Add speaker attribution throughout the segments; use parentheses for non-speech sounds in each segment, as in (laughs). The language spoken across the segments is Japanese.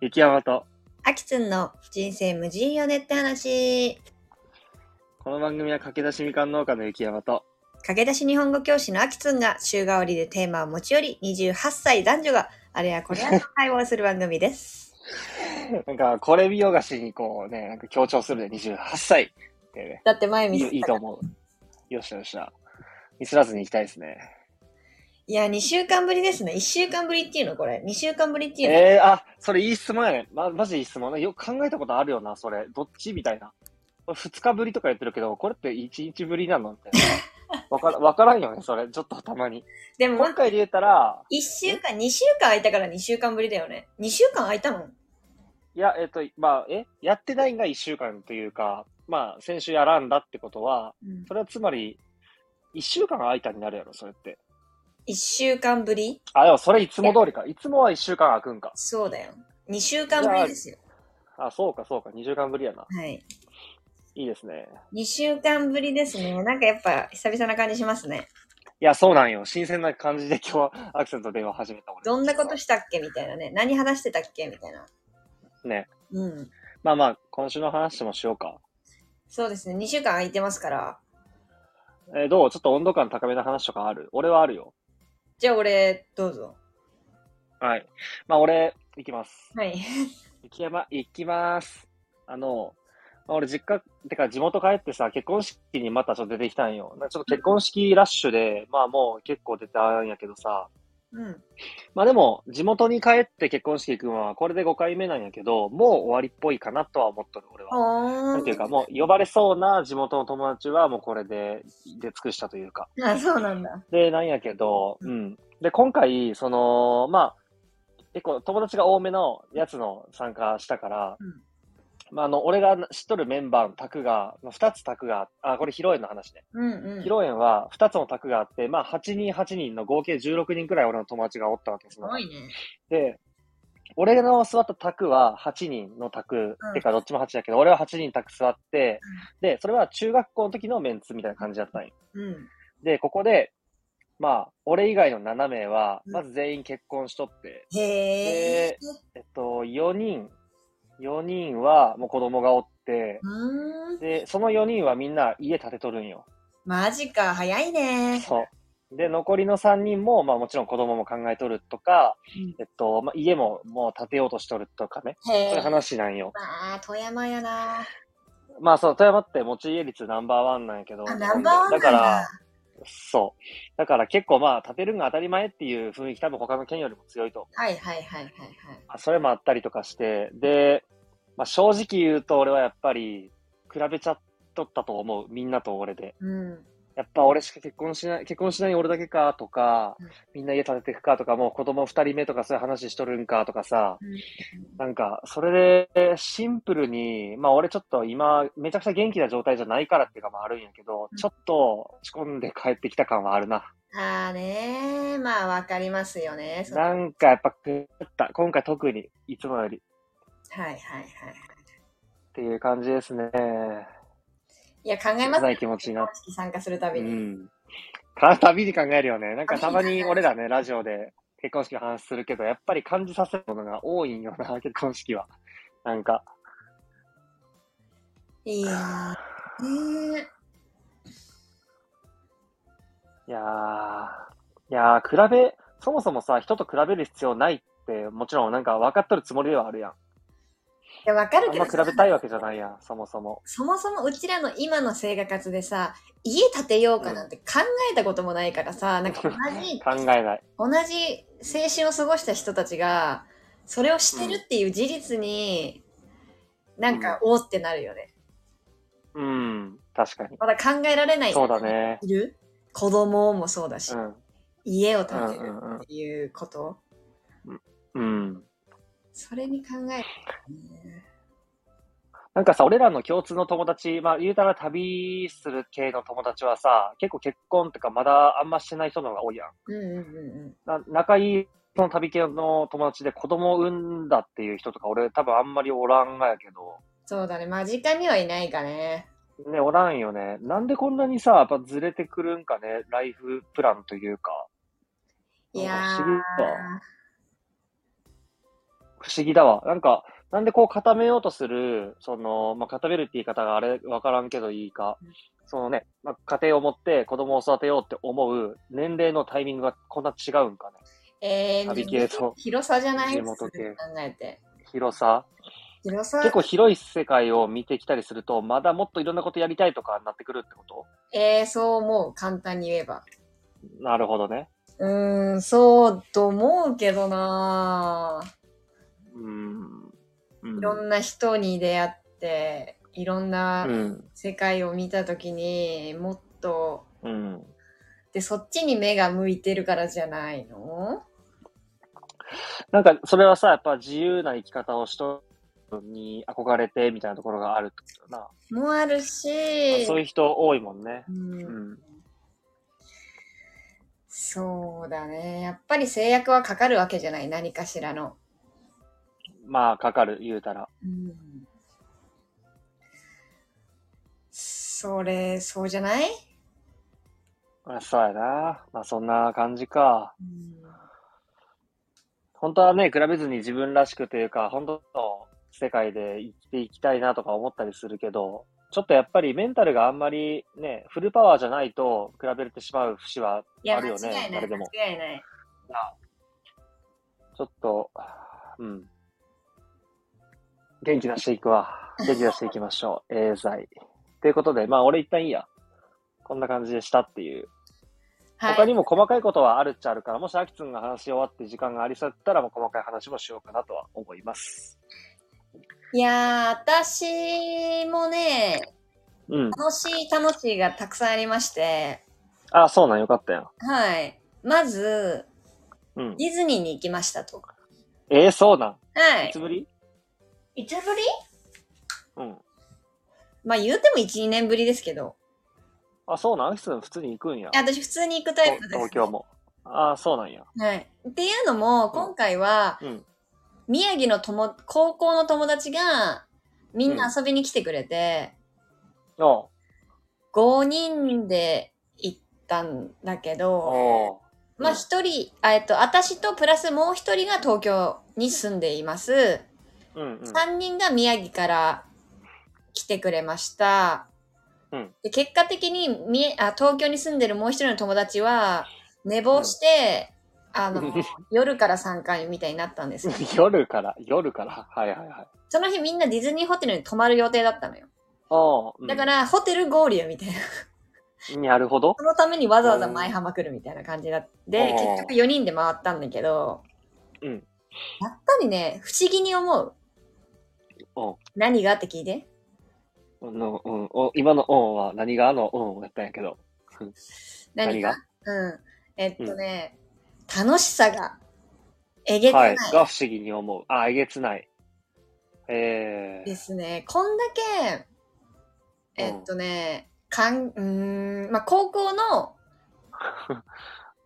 Speaker 1: 雪山と、
Speaker 2: あきつんの人生無人よねって話。
Speaker 1: この番組は駆け出しみかん農家の雪山と、
Speaker 2: 駆け出し日本語教師のあきつんが週替わりでテーマを持ち寄り、28歳男女があれやこれやと会話をする番組です。
Speaker 1: なんか、これ美容菓子にこうね、なんか強調するで28歳ってね、
Speaker 2: だって前見
Speaker 1: い
Speaker 2: せ
Speaker 1: い
Speaker 2: た
Speaker 1: いいと思う。よっしゃよっしゃ。ミスらずに行きたいですね。
Speaker 2: いや、2週間ぶりですね。1週間ぶりっていうのこれ。2週間ぶりっていうの、
Speaker 1: えー、あ、それいい質問やね。ま、マジいい質問ね。よく考えたことあるよな、それ。どっちみたいな。これ2日ぶりとか言ってるけど、これって1日ぶりなのみたい
Speaker 2: (laughs)
Speaker 1: な。わから、わからんよね、それ。ちょっとたまに。
Speaker 2: でも
Speaker 1: 今回で言ったら、
Speaker 2: 1週間、2週間空いたから2週間ぶりだよね。2週間空いたの
Speaker 1: いや、えっ、と、まあ、え、やってないんが1週間というか、まあ、先週やらんだってことは、
Speaker 2: うん
Speaker 1: それはつまり、1週間空いたになるやろ、それって。
Speaker 2: 1週間ぶり
Speaker 1: あ、でもそれいつも通りか。いつもは1週間空くんか。
Speaker 2: そうだよ。2週間ぶりですよ。
Speaker 1: あ、そうか、そうか、2週間ぶりやな。
Speaker 2: はい。
Speaker 1: いいですね。
Speaker 2: 2週間ぶりですね。なんかやっぱ久々な感じしますね。
Speaker 1: いや、そうなんよ。新鮮な感じで今日はアク (laughs) セント電話始めた俺
Speaker 2: どんなことしたっけみたいなね。何話してたっけみたいな。
Speaker 1: ね。
Speaker 2: うん。
Speaker 1: まあまあ、今週の話もしようか。
Speaker 2: そうですね。2週間空いてますから。
Speaker 1: えーどうちょっと温度感高めの話とかある俺はあるよ。
Speaker 2: じゃあ俺、どうぞ。
Speaker 1: はい。まあ、俺、行きます。
Speaker 2: はい。
Speaker 1: 雪山、行きます。あの、まあ俺実家、てか地元帰ってさ、結婚式にまたちょっと出てきたんよ。なんかちょっと結婚式ラッシュで、まあもう結構出たんやけどさ、
Speaker 2: うん。
Speaker 1: まあでも、地元に帰って結婚式行くのはこれで5回目なんやけど、もう終わりっぽいかなとは思っとる、俺は。
Speaker 2: ほ
Speaker 1: なんていうか、もう呼ばれそうな地元の友達はもうこれで出尽くしたというか。
Speaker 2: あ、そうなんだ。
Speaker 1: で、なんやけど、うん。で、今回、その、まあ、結構友達が多めのやつの参加したから、
Speaker 2: うん
Speaker 1: まあ、あの、俺が知っとるメンバーの卓が、まあ、2つ卓が、あ、これ披露宴の話ね。
Speaker 2: うんうん。
Speaker 1: 披露宴は2つの卓があって、まあ、8人8人の合計16人くらい俺の友達がおったわけです
Speaker 2: す
Speaker 1: よ
Speaker 2: ごいね。
Speaker 1: で、俺の座った卓は8人の卓、
Speaker 2: うん
Speaker 1: てかどっちも8だけど、俺は8人卓座って、で、それは中学校の時のメンツみたいな感じだったんよ
Speaker 2: うん。
Speaker 1: で、ここで、まあ、俺以外の7名は、
Speaker 2: うん
Speaker 1: まず全員結婚しとって、
Speaker 2: へえ。
Speaker 1: えっと、4人、4人はもう子供がおって、
Speaker 2: うーん。
Speaker 1: で、その4人はみんな家建てとるんよ。
Speaker 2: マジか、早いね。
Speaker 1: そう。で、残りの3人も、まあもちろん子供も考えとるとか、
Speaker 2: うん
Speaker 1: えっと、まあ家ももう建てようとしとるとかね、そ
Speaker 2: へ
Speaker 1: ういう
Speaker 2: え。
Speaker 1: 話なんよ。
Speaker 2: まあ、富山やな。
Speaker 1: まあそう、富山って持ち家率ナンバーワンなんやけど、
Speaker 2: あ、ナンバーワンな
Speaker 1: だ
Speaker 2: ん
Speaker 1: か
Speaker 2: だ。
Speaker 1: ら、そう。だから結構まあ、建てるのが当たり前っていう雰囲気多分他の県よりも強いと。
Speaker 2: はいはいはいはいはい。
Speaker 1: あそれもあったりとかして、で、まあ、正直言うと俺はやっぱり、比べちゃっとったと思う。みんなと俺で。
Speaker 2: うん。
Speaker 1: やっぱ俺しか結婚しない、結婚しない俺だけかとか
Speaker 2: うん、
Speaker 1: みんな家建ててくかとか、もう子供二人目とかそういう話しとるんかとかさ、なんか、それでシンプルに、まあ俺ちょっと今、めちゃくちゃ元気な状態じゃないからっていうかもあるんやけど
Speaker 2: う、ん
Speaker 1: ちょっと落ち込んで帰ってきた感はあるな。
Speaker 2: ああねー、まあわかりますよね。そはい
Speaker 1: なんかやっぱ食った。今回特に、いつもより。っ
Speaker 2: はいはい。
Speaker 1: ていう感じですね。
Speaker 2: いや、考えま
Speaker 1: 切
Speaker 2: す
Speaker 1: ない気持ちになっ
Speaker 2: 公式参加するたび
Speaker 1: う
Speaker 2: に。
Speaker 1: ん。か旅に考えるよね。なんかたまに俺らね、ラジオで結婚式の話するけど、やっぱり感じさせるものが多いんよな、結婚式は。なんか、
Speaker 2: いいなーねー
Speaker 1: いやー、いやー、比べ、そもそもさ、人と比べる必要ないって、もちろんなんか分かっとるつもりではあるやん。
Speaker 2: いや、わかる
Speaker 1: あん
Speaker 2: け
Speaker 1: ま
Speaker 2: ど
Speaker 1: 比べたいわけじゃないやん、そもそも。
Speaker 2: そもそもうちらの今の生活でさ、家建てようかなんて考えたこともないから
Speaker 1: (laughs)
Speaker 2: さ、なんか同じ
Speaker 1: 考えない。
Speaker 2: 同じ青春を過ごした人たちが、それをしてるっていう事実に、なんか、おーってなるよね。
Speaker 1: うん、確かに。
Speaker 2: まだ考えられない。
Speaker 1: そうだ。ね。
Speaker 2: いる子供もそうだし、
Speaker 1: うん。
Speaker 2: 家を建
Speaker 1: うん
Speaker 2: てる
Speaker 1: うん
Speaker 2: っていうこと、
Speaker 1: うん。うん。
Speaker 2: それに考える、ね。
Speaker 1: なんかさ、俺らの共通の友達、まあ、言うたら旅する系の友達はさ、結構結婚とかまだあんましてない人の方が多いやん。
Speaker 2: うんうんうんうん。
Speaker 1: な仲いい、その旅系の友達で子供を産んだっていう人とか、俺多分あんまりおらんがやけど、
Speaker 2: そうだね。間近にはいないかね。
Speaker 1: ね、おらんよね。なんでこんなにさ、やっぱずれてくるんかね、ライフプランというか。
Speaker 2: い
Speaker 1: 不
Speaker 2: や
Speaker 1: 思議だ
Speaker 2: ー。
Speaker 1: 不思議だわ。なんか、なんでこう固めようとする、その、まあ、固めるって言い方があれ、わからんけどいいか、そのね、まあ、家庭を持って子供を育てようって思う年齢のタイミングがこんな違うんかね。
Speaker 2: え
Speaker 1: 旅系と
Speaker 2: ー、広さじゃない
Speaker 1: 地元系
Speaker 2: 普通に考えて。
Speaker 1: 広さ。
Speaker 2: 広さ
Speaker 1: 結構広い世界を見てきたりすると、まだもっといろんなことやりたいとかになってくるってこ
Speaker 2: えー、そう思う、簡単に言えば。
Speaker 1: となるほどね。
Speaker 2: うーん、そうと思うけどなぁ
Speaker 1: うーん。うん
Speaker 2: いろんな人に出会って、いろんな
Speaker 1: うん。
Speaker 2: 世界を見たときにもっと、
Speaker 1: うん。
Speaker 2: で、そっちに目が向いてるからじゃないの
Speaker 1: なんか、それはさ、やっぱ自由な生き方をしとる人に憧れてみたいなところがあるってことだな。ま
Speaker 2: もある
Speaker 1: あ
Speaker 2: し、
Speaker 1: そういう人多いもんね。
Speaker 2: うん
Speaker 1: うん。
Speaker 2: そうだね。やっぱり制約はかかるわけじゃない、何かしらの。
Speaker 1: まあ、かかる、言うたら。
Speaker 2: うんそれ、そうじゃない、
Speaker 1: まあ、そうやな。まあ、そんな感じか。本当はね、比べずに自分らしくというか、本当の世界で生きていきたいなとか思ったりするけど、ちょっとやっぱりメンタルがあんまりね、フルパワーじゃないと比べてしまう節はあ
Speaker 2: いや、
Speaker 1: るよ
Speaker 2: 間違
Speaker 1: ね、
Speaker 2: いない。
Speaker 1: 誰で
Speaker 2: 間
Speaker 1: も。
Speaker 2: 違いない。
Speaker 1: ちょっと、うん。元気出していくわ。元気出していきまし
Speaker 2: (laughs)
Speaker 1: ょう。エーザイ。ということで、まあ俺一旦いいや。こんな感じでしたっていう。
Speaker 2: はい、
Speaker 1: 他にも細かいことはあるっちゃあるから、もしアキツンが話し終わって時間がありそうだったら、もう細かい話もしようかなとは思います。
Speaker 2: いやー、私もね、
Speaker 1: うん。
Speaker 2: 楽しい楽しいがたくさんありまして、
Speaker 1: あ、そうなんよかったよ。
Speaker 2: はい。まず、
Speaker 1: うん。
Speaker 2: ディズニーに行きましたと。
Speaker 1: えー、そうなん。
Speaker 2: はいい
Speaker 1: つ。ぶり
Speaker 2: いつぶり
Speaker 1: うん。
Speaker 2: まあ言うても1、2年ぶりですけど。
Speaker 1: あ、そうなんアキツン普通に行くんや
Speaker 2: い。や私普通に行くタイプ
Speaker 1: と
Speaker 2: です、
Speaker 1: 東京。も。あ、そうなんや。
Speaker 2: はい。っていうのも、今回は、
Speaker 1: うん。
Speaker 2: 宮城の友、高校の友達が、みんな遊びに来てくれて、
Speaker 1: おう
Speaker 2: 5人で行ったんだけど、
Speaker 1: おう
Speaker 2: まあ
Speaker 1: うん
Speaker 2: 1人、あえっと、私とプラスもう1人が東京に住んでいます。
Speaker 1: うんうん。
Speaker 2: 3人が宮城から来てくれました。
Speaker 1: うん
Speaker 2: で結果的にみあ、東京に住んでるもう1人の友達は、寝坊して、あの、夜から参加みたいになったんですよ。
Speaker 1: (laughs) 夜から、夜から。はいはいはい。
Speaker 2: その日みんなディズニーホテルに泊まる予定だったのよ。
Speaker 1: ああ、
Speaker 2: だから、ホテル合流みたい
Speaker 1: (laughs)
Speaker 2: な。
Speaker 1: うん、なるほど。
Speaker 2: そのためにわざわざ前浜来るみたいな感じだって、
Speaker 1: うん
Speaker 2: 結局4人で回ったんだけど、
Speaker 1: うん
Speaker 2: やっぱりね、不思議に思う。
Speaker 1: うん
Speaker 2: 何がって聞いて。
Speaker 1: うんうん、お今のうんは何があのうんやったんやけど。
Speaker 2: 何が
Speaker 1: 何
Speaker 2: うん。えっとね、楽しさが、えげつ
Speaker 1: は。
Speaker 2: ないい
Speaker 1: が不思議に思う。あ、えげつない。ええ
Speaker 2: ですね。こんだけ、えっとね、かん、うーん、まあ、高校の、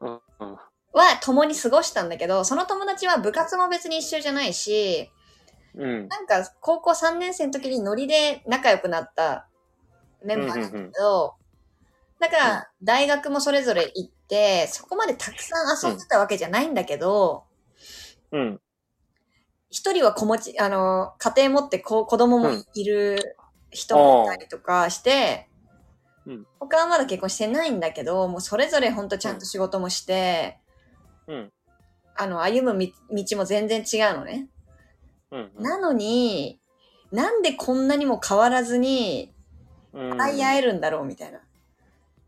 Speaker 1: うんうん。
Speaker 2: は共に過ごしたんだけど、その友達は部活も別に一緒じゃないし、
Speaker 1: うん。
Speaker 2: なんか高校3年生の時にノリで仲良くなったメンバーなんだけど、だから大学もそれぞれ行って、そこまでたくさん遊んでたわけじゃないんだけど、
Speaker 1: うん。
Speaker 2: 一人は子持ち、あの、家庭持って子子供もいる人もいたりとかして、
Speaker 1: うん
Speaker 2: 他はまだ結婚してないんだけど、もうそれぞれほんとちゃんと仕事もして、
Speaker 1: うん。
Speaker 2: あの、歩むみ道も全然違うのね。
Speaker 1: うん。
Speaker 2: なのに、なんでこんなにも変わらずに、
Speaker 1: うん。
Speaker 2: 会い合えるんだろうみたいな。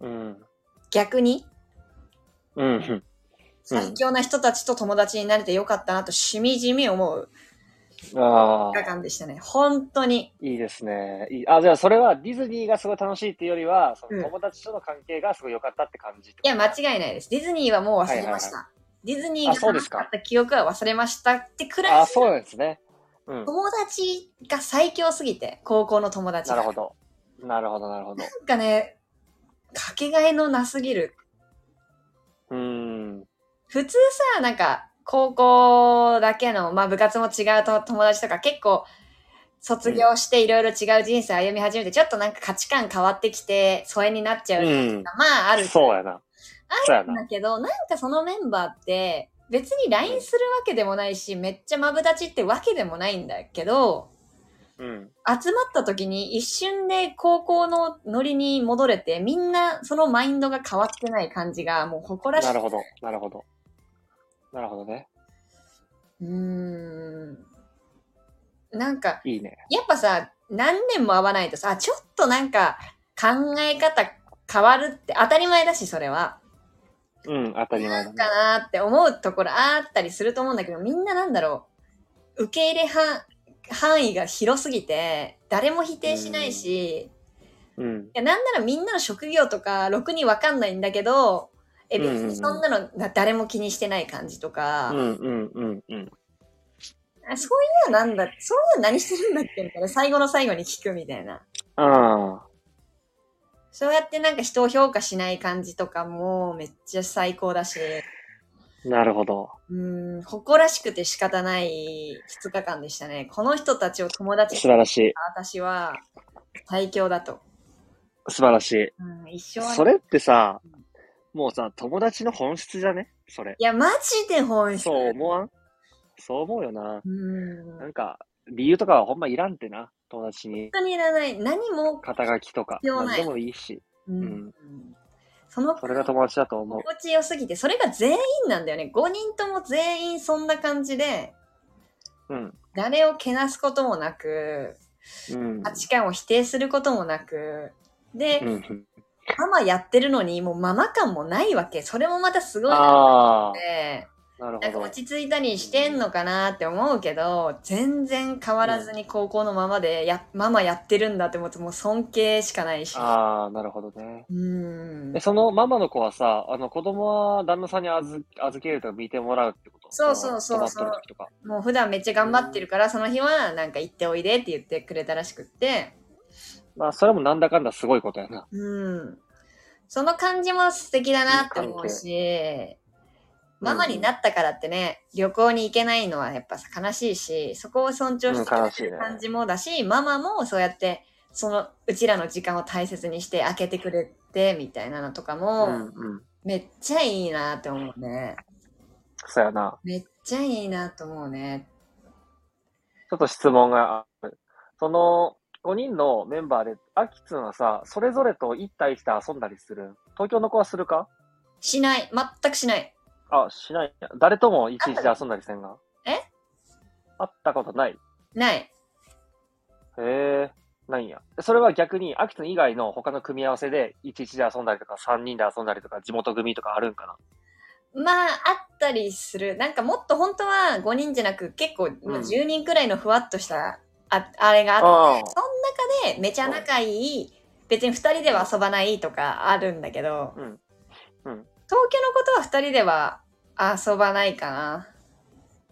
Speaker 1: うん。
Speaker 2: 逆に、
Speaker 1: うん。
Speaker 2: 最強な人たちと友達になれてよかったなとしみじみ思う
Speaker 1: あ
Speaker 2: 映画
Speaker 1: あ、
Speaker 2: 館でしたね。本当に。
Speaker 1: いいですね。いいあ、じゃあそれはディズニーがすごい楽しいっていうよりは、その友達との関係がすごい良かったって感じってこ
Speaker 2: い
Speaker 1: と
Speaker 2: や、間違いないです。ディズニーはもう忘れました。ディズニー
Speaker 1: あそう
Speaker 2: が
Speaker 1: ですか
Speaker 2: あった記憶は忘れましたってくら
Speaker 1: あ、
Speaker 2: い、
Speaker 1: そうなんですね。うん。
Speaker 2: 友達が最強すぎて、高校の友達
Speaker 1: な
Speaker 2: が。
Speaker 1: るほど。なるほど、なるほど。
Speaker 2: なんかね、かけがえのなすぎる。
Speaker 1: うーん。
Speaker 2: 普通さ、なんか、高校だけの、まあ部活も違うと友達とか結構、卒業していろいろ違う人生歩み始めて、ちょっとなんか価値観変わってきて、疎遠になっちゃう。
Speaker 1: うん。
Speaker 2: まあある。
Speaker 1: そうやな。そうや
Speaker 2: ん
Speaker 1: な。
Speaker 2: だけど、なんかそのメンバーって、別に LINE するわけでもないし、めっちゃマブダチってわけでもないんだけど、
Speaker 1: うん。
Speaker 2: 集まった時に一瞬で高校のノリに戻れて、みんなそのマインドが変わってない感じが、もう誇らし。
Speaker 1: ないるほど。なるほど。なるほどね。
Speaker 2: うーん。なんか、
Speaker 1: いいね。
Speaker 2: やっぱさ、何年も会わないとさ、あちょっとなんか考え方変わるって当たり前だし、それは。
Speaker 1: うん、当たり前だね。
Speaker 2: かなって思うところあったりすると思うんだけど、みんななんだろう。受け入れ範範囲が広すぎて、誰も否定しないし、
Speaker 1: うん
Speaker 2: い。やなんならみんなの職業とか、ろくにわかんないんだけど、え、別にそんなのな誰も気にしてない感じとか、
Speaker 1: うんうんうんうん。
Speaker 2: あそういうのはなんだ、そういうの何してるんだっけみたいな、最後の最後に聞くみたいな。
Speaker 1: ああ、
Speaker 2: そうやってなんか人を評価しない感じとかもめっちゃ最高だし、
Speaker 1: なるほど。
Speaker 2: うん、誇らしくて仕方ない2日間でしたね。この人たちを友達に
Speaker 1: 素晴らしい。
Speaker 2: 私は最強だと。
Speaker 1: 素晴らしい。
Speaker 2: うん、一生はね
Speaker 1: それってさ、もうさ、友達の本質じゃねそれ。
Speaker 2: いや、マジで本質。
Speaker 1: そう思わんそう思うよな。
Speaker 2: うん。
Speaker 1: な
Speaker 2: 本
Speaker 1: んか、理由とかはほんまいらんってな。友達に。
Speaker 2: 当にいらない。何も、
Speaker 1: 肩書きとか。
Speaker 2: 必要ない
Speaker 1: 何でもいいし。
Speaker 2: うん
Speaker 1: ん
Speaker 2: その
Speaker 1: それが友達だと思う。
Speaker 2: 心地よすぎて、それが全員なんだよね。5人とも全員そんな感じで、
Speaker 1: うん。
Speaker 2: 誰をけなすこともなく、
Speaker 1: うん。
Speaker 2: 価値観を否定することもなく、で、
Speaker 1: うん、
Speaker 2: ママやってるのに、もうママ感もないわけ。それもまたすごいな
Speaker 1: あ
Speaker 2: って、
Speaker 1: あ、なる
Speaker 2: な
Speaker 1: ほ
Speaker 2: んか
Speaker 1: ど。
Speaker 2: 落ち着いたりしてんのかなって思うけど、全然変わらずに高校のままで、や、ママやってるんだって思って、もう尊敬しかないし。
Speaker 1: ああ、なるほどね。
Speaker 2: うー
Speaker 1: え、
Speaker 2: ん。
Speaker 1: そのママの子はさ、あの子供は旦那さんに預預けるとか見てもらうってこと
Speaker 2: そうそうそう
Speaker 1: の泊まっとる時とか。
Speaker 2: もう普段めっちゃ頑張ってるから、その日はなんか行っておいでって言ってくれたらしくって、
Speaker 1: まあ、それもなんだかんだすごいことやな。
Speaker 2: うん。その感じも素敵だなって思うし、ママになったからってね、旅行に行けないのはやっぱさ悲しいし、そこを尊重してくれてる
Speaker 1: うん悲しいね
Speaker 2: 感じもだし、ママもそうやって、そのうちらの時間を大切にして開けてくれてみたいなのとかも、
Speaker 1: うんうん。
Speaker 2: めっちゃいいなって思うね。
Speaker 1: そうやな。
Speaker 2: めっちゃいいなと思うね。
Speaker 1: ちょっと質問がある。その、5人のメンバーで、アキツンはさ、それぞれと1対1で遊んだりする東京の子はするか
Speaker 2: しない。全くしない。
Speaker 1: あ、しない。誰ともいちいちで遊んだりせんが。
Speaker 2: え
Speaker 1: 会ったことない。へ
Speaker 2: ない。
Speaker 1: え、なんや。それは逆に、アキツン以外の他の組み合わせで、いちいちで遊んだりとか、3人で遊んだりとか、地元組とかあるんかな。
Speaker 2: まあ、あったりする。なんかもっと本当は5人じゃなく、結構、まあ
Speaker 1: うん
Speaker 2: 10人くらいのふわっとした、ああれがあって
Speaker 1: ああ。
Speaker 2: その中でめちゃ仲いい、別に2人では遊ばないとかあるんだけど、
Speaker 1: うんうん
Speaker 2: 東京のことは2人では遊ばないかな。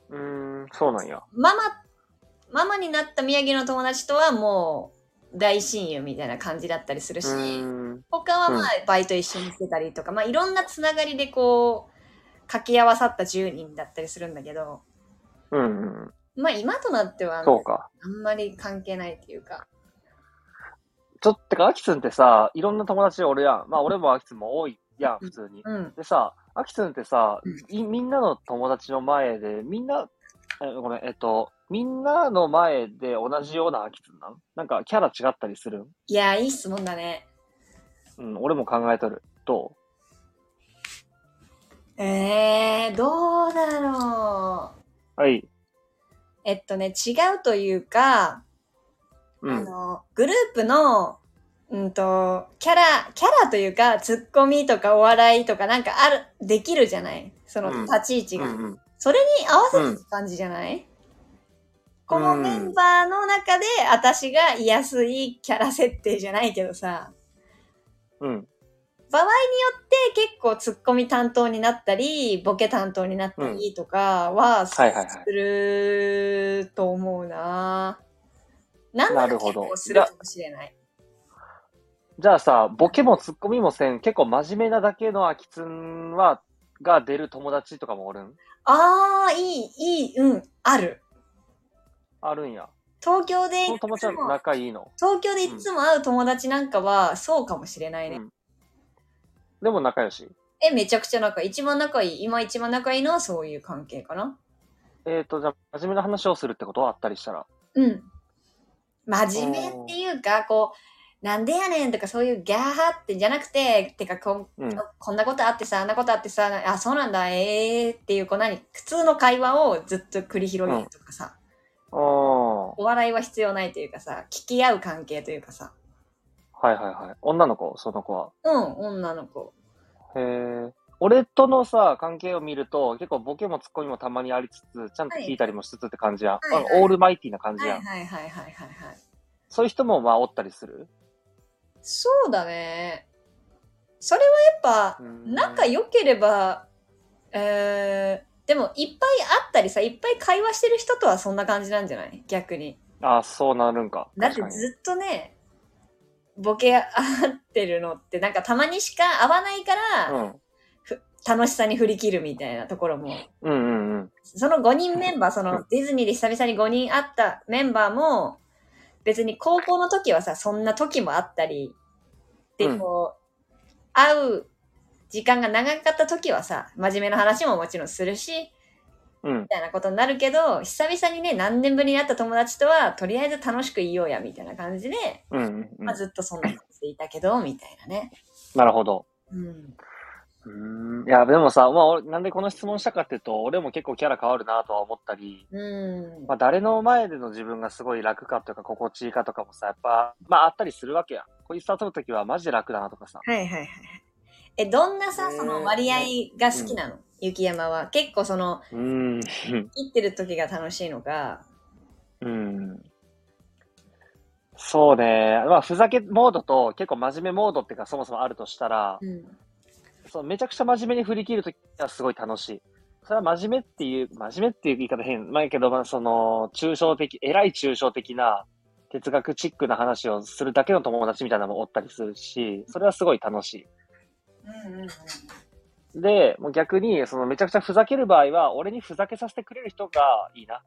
Speaker 1: うーん、そうなんや。
Speaker 2: ママ、ママになった宮城の友達とはもう大親友みたいな感じだったりする
Speaker 1: う
Speaker 2: し、
Speaker 1: ーん。
Speaker 2: 他はまあバイト一緒にしてたりとか、まあいろんなつながりでこう、掛け合わさった10人だったりするんだけど、
Speaker 1: うんうん。
Speaker 2: まあ今となっては、
Speaker 1: そうか。
Speaker 2: あんまり関係ないっていうか。
Speaker 1: ちょっとか、アキツンってさ、いろんな友達俺やん。まあ、俺もアキツンも多いやん、普通に。
Speaker 2: うん。
Speaker 1: でさ、アキツンってさ
Speaker 2: うん、
Speaker 1: いみんなの友達の前で、みんな、えごめん、えっと、みんなの前で同じようなアキツンなんなんかキャラ違ったりするん
Speaker 2: いやー、いい質問だね。
Speaker 1: うん、俺も考えとる。ど
Speaker 2: えー、どうだろう。
Speaker 1: うはい。
Speaker 2: えっとね、違うというか、
Speaker 1: う
Speaker 2: あ
Speaker 1: ん。
Speaker 2: の、グループの、うんと、キャラ、キャラというか、ツッコミとかお笑いとかなんかある、できるじゃないその
Speaker 1: うん
Speaker 2: 立ち位置
Speaker 1: うん
Speaker 2: が。
Speaker 1: うん。
Speaker 2: それに合わせる感じじゃない、このメンバーの中で、私が居やすいキャラ設定じゃないけどさ、
Speaker 1: うん。
Speaker 2: 場合によって結構ツッコミ担当になったり、ボケ担当になったりとかはす
Speaker 1: はいはいはい
Speaker 2: ると思うな、なんな
Speaker 1: な
Speaker 2: ら
Speaker 1: るほ
Speaker 2: 結
Speaker 1: ど
Speaker 2: 構するかもしれない。
Speaker 1: じゃあさ、ボケもツッコミもせん、結構真面目なだけのアキツンは、が出る友達とかもおるん
Speaker 2: ああ、いい、いい、うん、ある。
Speaker 1: あるんや。
Speaker 2: 東京でい
Speaker 1: その友
Speaker 2: つ
Speaker 1: 達は
Speaker 2: も、
Speaker 1: 仲いいの。
Speaker 2: 東京でいつも会う友達なんかは、そうかもしれないね。
Speaker 1: うんでも仲良し。
Speaker 2: え、めちゃくちゃ仲いい。一番仲いい、今一番仲いいのはそういう関係かな。
Speaker 1: えっ、と、じゃあ、真面目な話をするってことはあったりしたら。
Speaker 2: うん。真面目っていうか、こう、なんでやねんとかそういうギャーハってじゃなくて、てかこん、
Speaker 1: うん。
Speaker 2: こんなことあってさ、あんなことあってさ、あ、そうなんだ、ええー、っていう、こう何、普通の会話をずっと繰り広げるとかさ、
Speaker 1: ああ。は
Speaker 2: お笑いは必要ないというかさ、聞き合う関係というかさ、
Speaker 1: いはいはい。女の子、その子は。
Speaker 2: うん、女の子。
Speaker 1: へえ。俺とのさ、関係を見ると、結構ボケもツッコミもたまにありつつ、ちゃんと聞いたりもしつつって感じやん。
Speaker 2: はいはい
Speaker 1: あのオールマイティーな感じ
Speaker 2: はい
Speaker 1: や
Speaker 2: は
Speaker 1: ん。
Speaker 2: いはいはいはいはい。
Speaker 1: そういう人もまあおったりする。
Speaker 2: そうだね。それはやっぱ、
Speaker 1: うん
Speaker 2: 仲良ければ、えー、でもいっぱい会ったりさ、いっぱい会話してる人とはそんな感じなんじゃない逆に。
Speaker 1: ああ、そうなるんか。
Speaker 2: だって
Speaker 1: 確かに
Speaker 2: ずっとね、ボケ合ってるのって、なんかたまにしか会わないか
Speaker 1: う
Speaker 2: ら、
Speaker 1: ん。
Speaker 2: 楽しさに振り切るみたいなところも。
Speaker 1: うんうんうん。
Speaker 2: その5人メンバー、そのディズニーで久々に5人会ったメンバーも、別に高校の時はさ、そんな時もあったり、で、
Speaker 1: うん
Speaker 2: こう、会う時間が長かった時はさ、真面目な話ももちろんするし、
Speaker 1: うん
Speaker 2: み。たいなことになるけど、久々にね、何年ぶりに会った友達とは、とりあえず楽しくいようや、みたいな感じで、
Speaker 1: うんうんうん
Speaker 2: まあ、ずっとそんな感じでいたけど、みたいなね。
Speaker 1: なるほど。
Speaker 2: うん。
Speaker 1: うーん。いや、でもさ、まあ俺、なんでこの質問したかっていうと、俺も結構キャラ変わるなとは思ったり、
Speaker 2: うん。
Speaker 1: まあ、誰の前での自分がすごい楽かというか、心地いいかとかもさ、やっぱ、まあ、あったりするわけやん。こういうスタートの時はマジで楽だなとかさ。
Speaker 2: はいはいはいはい。え、どんなさ、
Speaker 1: ね
Speaker 2: その割合が好きなの、雪山は。結構その、
Speaker 1: うーん。
Speaker 2: 切ってる時が楽しいのか。
Speaker 1: うん。そうね。まあ、ふざけモードと結構真面目モードっていうか、そもそもあるとしたら、
Speaker 2: うん。
Speaker 1: そうめちゃくちゃ真面目に振り切るときはすごい楽しい。それは真面目っていう、真面目っていう言い方変。まあ、やけど、まあ、その、抽象的、偉い抽象的な、哲学チックな話をするだけの友達みたいなのもおったりするし、それはすごい楽しい。
Speaker 2: うんうんうん。
Speaker 1: で、もう逆に、そのめちゃくちゃふざける場合は、俺にふざけさせてくれる人がいいな。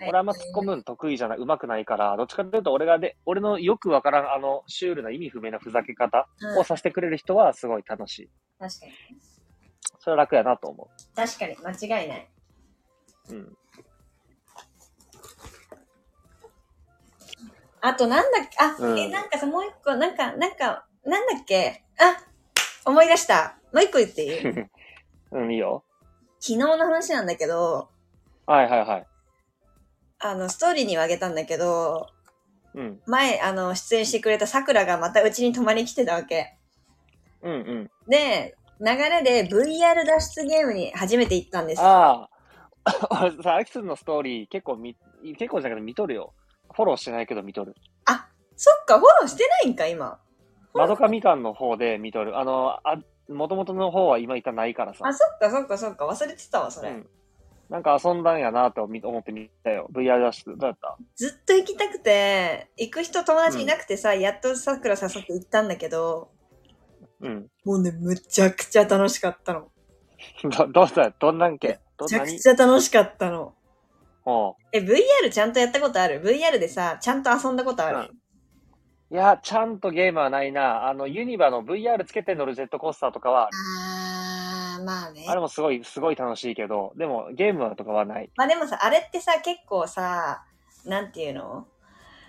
Speaker 1: 俺はあんま突っ込むの得意じゃない、上手くないから、どっちかというと俺がで、俺のよくわからん、あの、シュールな意味不明なふざけ方
Speaker 2: うん
Speaker 1: をさせてくれる人はすごい楽しい。
Speaker 2: 確かに。
Speaker 1: それは楽やなと思
Speaker 2: 確かに、間違いない。
Speaker 1: う。うん。
Speaker 2: あと、なんだっけ、あ、
Speaker 1: うん
Speaker 2: え、なんかさ、もう一個、なんか、なんか、なんだっけ、あ、思い出した。もう一個言っていい昨
Speaker 1: うん、いいよ。
Speaker 2: 日の話なんだけど、
Speaker 1: はいはいはい。
Speaker 2: あの、ストーリーにはあげたんだけど、
Speaker 1: うん。
Speaker 2: 前、あの、出演してくれた桜がまたうちに泊まりに来てたわけ。
Speaker 1: うんうん。
Speaker 2: で、流れで VR 脱出ゲームに初めて行ったんです。
Speaker 1: ああ。俺さ、アキスのストー (laughs) リー結構見、結構じゃなくて見とるよ。フォローしてないけど見とる。
Speaker 2: そっか、フォローしてないんか、今。
Speaker 1: まどかみかんの方で見とる。あの、あ、元々の方は今いたないからさ。
Speaker 2: あ、そっか、そっか、そっか、忘れてたわ、それ。
Speaker 1: うん、なんか遊んだんやなとみ思ってみたよ。VR 脱出、どうやった
Speaker 2: ずっと行きたくて、行く人友達いなくてさ、やっとさくら誘って行ったんだけど、
Speaker 1: うん。 (laughs)
Speaker 2: もうね、むちゃくちゃ楽しかったの。む
Speaker 1: ど、どうしたどんなんけどん
Speaker 2: ちゃ
Speaker 1: な
Speaker 2: く
Speaker 1: に
Speaker 2: ちゃ楽しかったの。
Speaker 1: お
Speaker 2: え、VR ちゃんとやったことある ?VR でさ、ちゃんと遊んだことある、
Speaker 1: いや、ちゃんとゲームはないな。あの、ユニバの VR つけて乗るジェットコースターとかは、
Speaker 2: あー、まあね
Speaker 1: あれもすごい、すごい楽しいけど、でもゲームとかはない。
Speaker 2: まあでもさ、あれってさ、結構さ、なんていうの、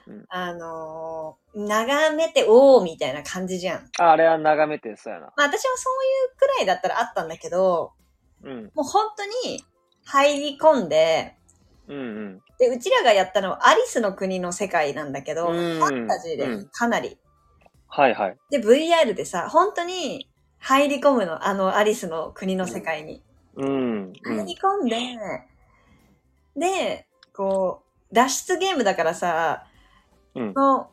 Speaker 1: うん
Speaker 2: あのー眺めて、おーみたいな感じじゃん。
Speaker 1: ああれは眺めて、そうやな。
Speaker 2: まあ私もそういうくらいだったらあったんだけど、
Speaker 1: うん。
Speaker 2: もう本当に入り込んで、
Speaker 1: うんうん。
Speaker 2: で、うちらがやったのはアリスの国の世界なんだけど、
Speaker 1: うん
Speaker 2: ファンタジー
Speaker 1: う
Speaker 2: で
Speaker 1: ん
Speaker 2: かなり。
Speaker 1: はいはい。
Speaker 2: で、VR でさ、本当に入り込むの、あのアリスの国の世界に。
Speaker 1: うん。う
Speaker 2: 入
Speaker 1: ん
Speaker 2: り込んで、で、こう、脱出ゲームだからさ、
Speaker 1: うん
Speaker 2: その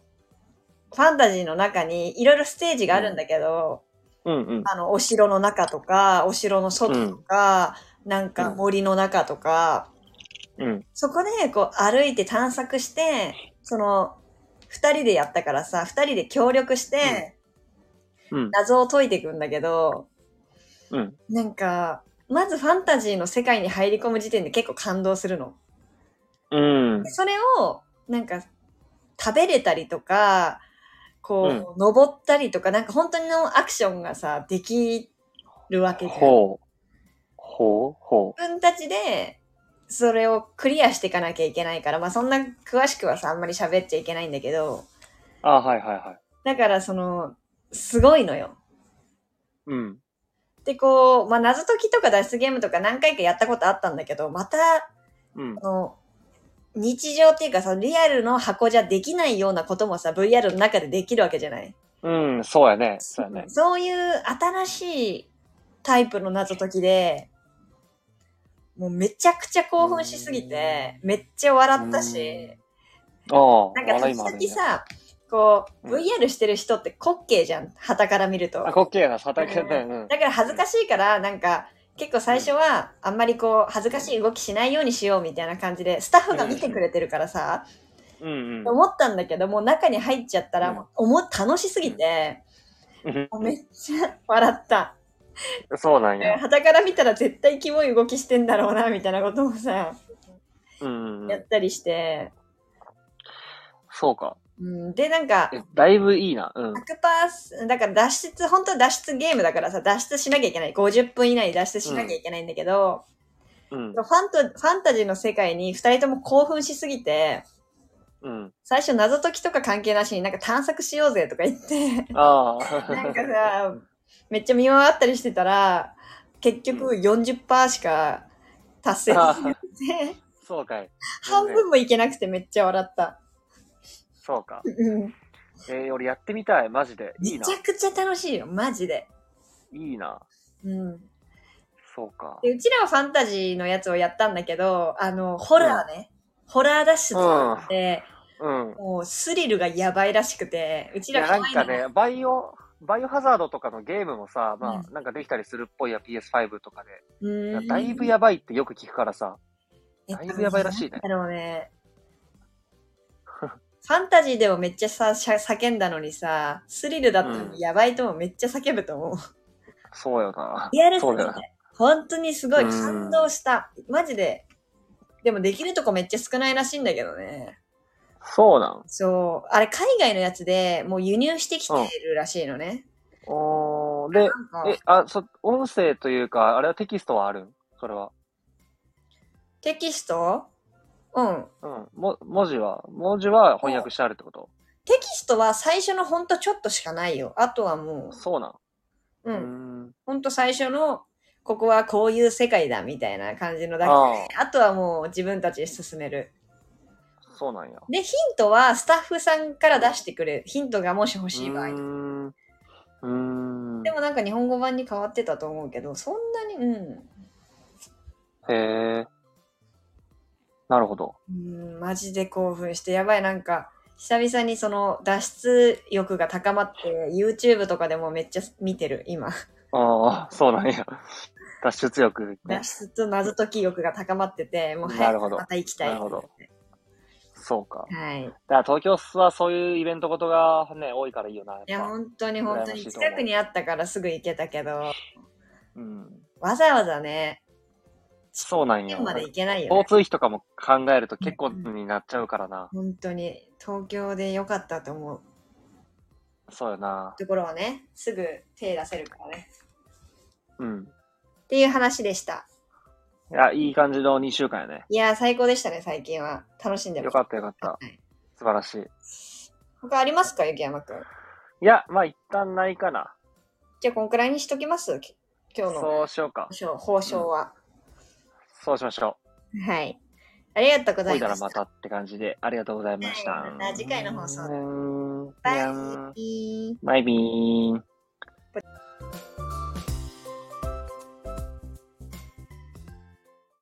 Speaker 2: ファンタジーの中にいろいろステージがあるんだけど、
Speaker 1: うんうん。
Speaker 2: あの、お城の中とか、お城の外とか、なんか森の中とか、
Speaker 1: うん。
Speaker 2: そこでこう歩いて探索して、その、二人でやったからさ、二人で協力して、
Speaker 1: うん。
Speaker 2: 謎を解いていくんだけど、
Speaker 1: うん。
Speaker 2: なんか、まずファンタジーの世界に入り込む時点で結構感動するの。
Speaker 1: うん
Speaker 2: で。それを、なんか、食べれたりとか、こう、登ったりとか、なんか本当のアクションがさ、できるわけじゃん。自
Speaker 1: ほう。ほう、ほ
Speaker 2: 分たちで、それをクリアしていかなきゃいけないから、まあそんな詳しくはさ、あんまり喋っちゃいけないんだけど、
Speaker 1: う。あ、はいはいはい。
Speaker 2: だからその、すごいのよ。
Speaker 1: うん。
Speaker 2: で、こう、まあ謎解きとか脱出ゲームとか何回かやったことあったんだけど、また
Speaker 1: うん。
Speaker 2: あの日常っていうかさリアルの箱じゃできないようなこともさ VR の中でできるわけじゃない
Speaker 1: うん、そうやね。そうやね。
Speaker 2: そういう新しいタイプの謎解きでもうめちゃくちゃ興奮しすぎてめっちゃ笑ったし
Speaker 1: ああ、
Speaker 2: なんか
Speaker 1: 笑い
Speaker 2: 時
Speaker 1: もある
Speaker 2: 々
Speaker 1: んや。
Speaker 2: さこう
Speaker 1: うん
Speaker 2: VR してる人って滑稽じゃん旗から見ると
Speaker 1: あ、滑稽やな、さたけね。うん。
Speaker 2: だから恥ずかしいから、なんか、結構最初は、あんまりこう、恥ずかしい動きしないようにしようみたいな感じで、スタッフが見てくれてるからさ、
Speaker 1: うん
Speaker 2: 思ったんだけど、もう中に入っちゃったら、
Speaker 1: うん
Speaker 2: もうもう楽しすぎて、
Speaker 1: うん。
Speaker 2: もうめっちゃ笑った。
Speaker 1: そうなんや。
Speaker 2: はたから見たら絶対キモい動きしてんだろうな、みたいなこともさ、
Speaker 1: うんうんう
Speaker 2: や
Speaker 1: ん。
Speaker 2: ったりして、
Speaker 1: そうか。
Speaker 2: うん、で、なんか、
Speaker 1: えだいぶいいな。うん。
Speaker 2: 100%だから脱出本当は脱出ゲームだからさ脱出しなきゃいけない50分以内に脱出しなきゃいけないんだけど、
Speaker 1: うん
Speaker 2: フ。ァンタファンタジーの世界に二人とも興奮しすぎて、
Speaker 1: うん。
Speaker 2: 最初謎解きとか関係なしになんか探索しようぜとか言って、
Speaker 1: (laughs) あ
Speaker 2: なんか
Speaker 1: あ。
Speaker 2: さ、めっちゃ見回ったりしてたら、結局40%しか達成できなくて、
Speaker 1: (laughs) そうかい。
Speaker 2: (laughs) 半分もいけなくてめっちゃ笑った。
Speaker 1: そうか。
Speaker 2: うん
Speaker 1: えー、俺やってみたい。マジで。
Speaker 2: め
Speaker 1: いい
Speaker 2: ちゃ
Speaker 1: な。
Speaker 2: くちゃ楽しいよ、マジで。
Speaker 1: いいな。
Speaker 2: うん、
Speaker 1: そうか。
Speaker 2: でうちらはファンタジーのやつをやったんだけど、あの、ホラーね。ホラーダッシュとかあって、
Speaker 1: うん。
Speaker 2: もうスリルがやばいらしくて、うち
Speaker 1: い
Speaker 2: ら
Speaker 1: や、な
Speaker 2: 怖
Speaker 1: ん
Speaker 2: いの
Speaker 1: かね、バイオ、バイオハザードとかのゲームもさ、まあ、なんかできたりするっぽいや、PS5 とかで。
Speaker 2: うーん
Speaker 1: だいぶやばいってよく聞くからさ。だいぶやばいらしいね
Speaker 2: えっとなんだろうね。ファンタジーでもめっちゃさしゃ叫んだのにさ、スリルだったの
Speaker 1: うん
Speaker 2: にやばいともめっちゃ叫ぶと思う。
Speaker 1: そうよな。
Speaker 2: リアルす
Speaker 1: そ
Speaker 2: ぎ
Speaker 1: う
Speaker 2: て
Speaker 1: だよな。
Speaker 2: 本当にすごい
Speaker 1: うん
Speaker 2: 感動した。マジで。でもできるとこめっちゃ少ないらしいんだけどね。
Speaker 1: そうなん。
Speaker 2: そう。あれ海外のやつでもう輸入してきてるらしいのね。
Speaker 1: おーで、
Speaker 2: なんか
Speaker 1: え、あ、そ、音声というか、あれはテキストはあるんそれは。
Speaker 2: テキストうん。
Speaker 1: うん。も、文字は、文字は翻訳してあるってこと
Speaker 2: テキストは最初のほんとちょっとしかないよ。あとはも
Speaker 1: そうなん。
Speaker 2: う、うん。
Speaker 1: ん。
Speaker 2: ほんと最初の、ここはこういう世界だみたいな感じのだけ
Speaker 1: あ
Speaker 2: で、あとはもう自分たちで進める。
Speaker 1: あ、そうなんや。
Speaker 2: で、ヒントはスタッフさんから出してくれる。ヒントがもし欲しい場合。
Speaker 1: うーん。うーん。
Speaker 2: で
Speaker 1: へ
Speaker 2: もなんか日本語版に変わってたと思うけど、そんなに、うん。
Speaker 1: え。なるほど。
Speaker 2: うん、マジで興奮して、やばい、なんか、久々にその脱出欲が高まって、YouTube とかでもめっちゃ見てる、今。
Speaker 1: ああ、 (laughs) そうなんや。脱出力、ね。
Speaker 2: 脱出と謎解き欲が高まってて、もう
Speaker 1: な
Speaker 2: 早
Speaker 1: るほ
Speaker 2: く
Speaker 1: ど
Speaker 2: また行きたい。
Speaker 1: なるほどそうか。
Speaker 2: はい。
Speaker 1: だから東京はそういうイベントことがね、多いからいいよな。
Speaker 2: いや、
Speaker 1: っぱ
Speaker 2: 本当に本
Speaker 1: 羨
Speaker 2: 当に
Speaker 1: ましいと思う
Speaker 2: 近くにあったからすぐ行けたけど、
Speaker 1: うん。
Speaker 2: わざわざね、
Speaker 1: そうなん
Speaker 2: 県
Speaker 1: や。
Speaker 2: まで行けないよ、
Speaker 1: 交
Speaker 2: ね。
Speaker 1: 通費とかも考えると結構になっちゃうからな。
Speaker 2: 本当に、東京でよかったと思う
Speaker 1: そうよな。
Speaker 2: ところはね、すぐ手出せるからね。
Speaker 1: うん。
Speaker 2: っていう話でした。
Speaker 1: いや、いい感じの2週間やね。
Speaker 2: いやー、最高でしたね、最近は。楽しんで
Speaker 1: よか
Speaker 2: っ
Speaker 1: ったよかった。
Speaker 2: はい、
Speaker 1: 素晴らしい。
Speaker 2: 他ありますか、雪山くん。
Speaker 1: いや、まあ一旦ないかな。
Speaker 2: じゃあ、こんくらいにしときますき今日
Speaker 1: そ
Speaker 2: の
Speaker 1: うしようか。
Speaker 2: 報酬報奨は、
Speaker 1: そうしましょ
Speaker 2: はい。ありがとうご
Speaker 1: う。
Speaker 2: ざ
Speaker 1: ほい
Speaker 2: い
Speaker 1: た
Speaker 2: ま
Speaker 1: ら
Speaker 2: し
Speaker 1: ま
Speaker 2: た。
Speaker 1: たって感じで、ありがとうございました。
Speaker 2: はいまた次回の放送で
Speaker 1: うーん
Speaker 2: バイ
Speaker 1: にゃーん
Speaker 2: ビー。
Speaker 1: バイビーン。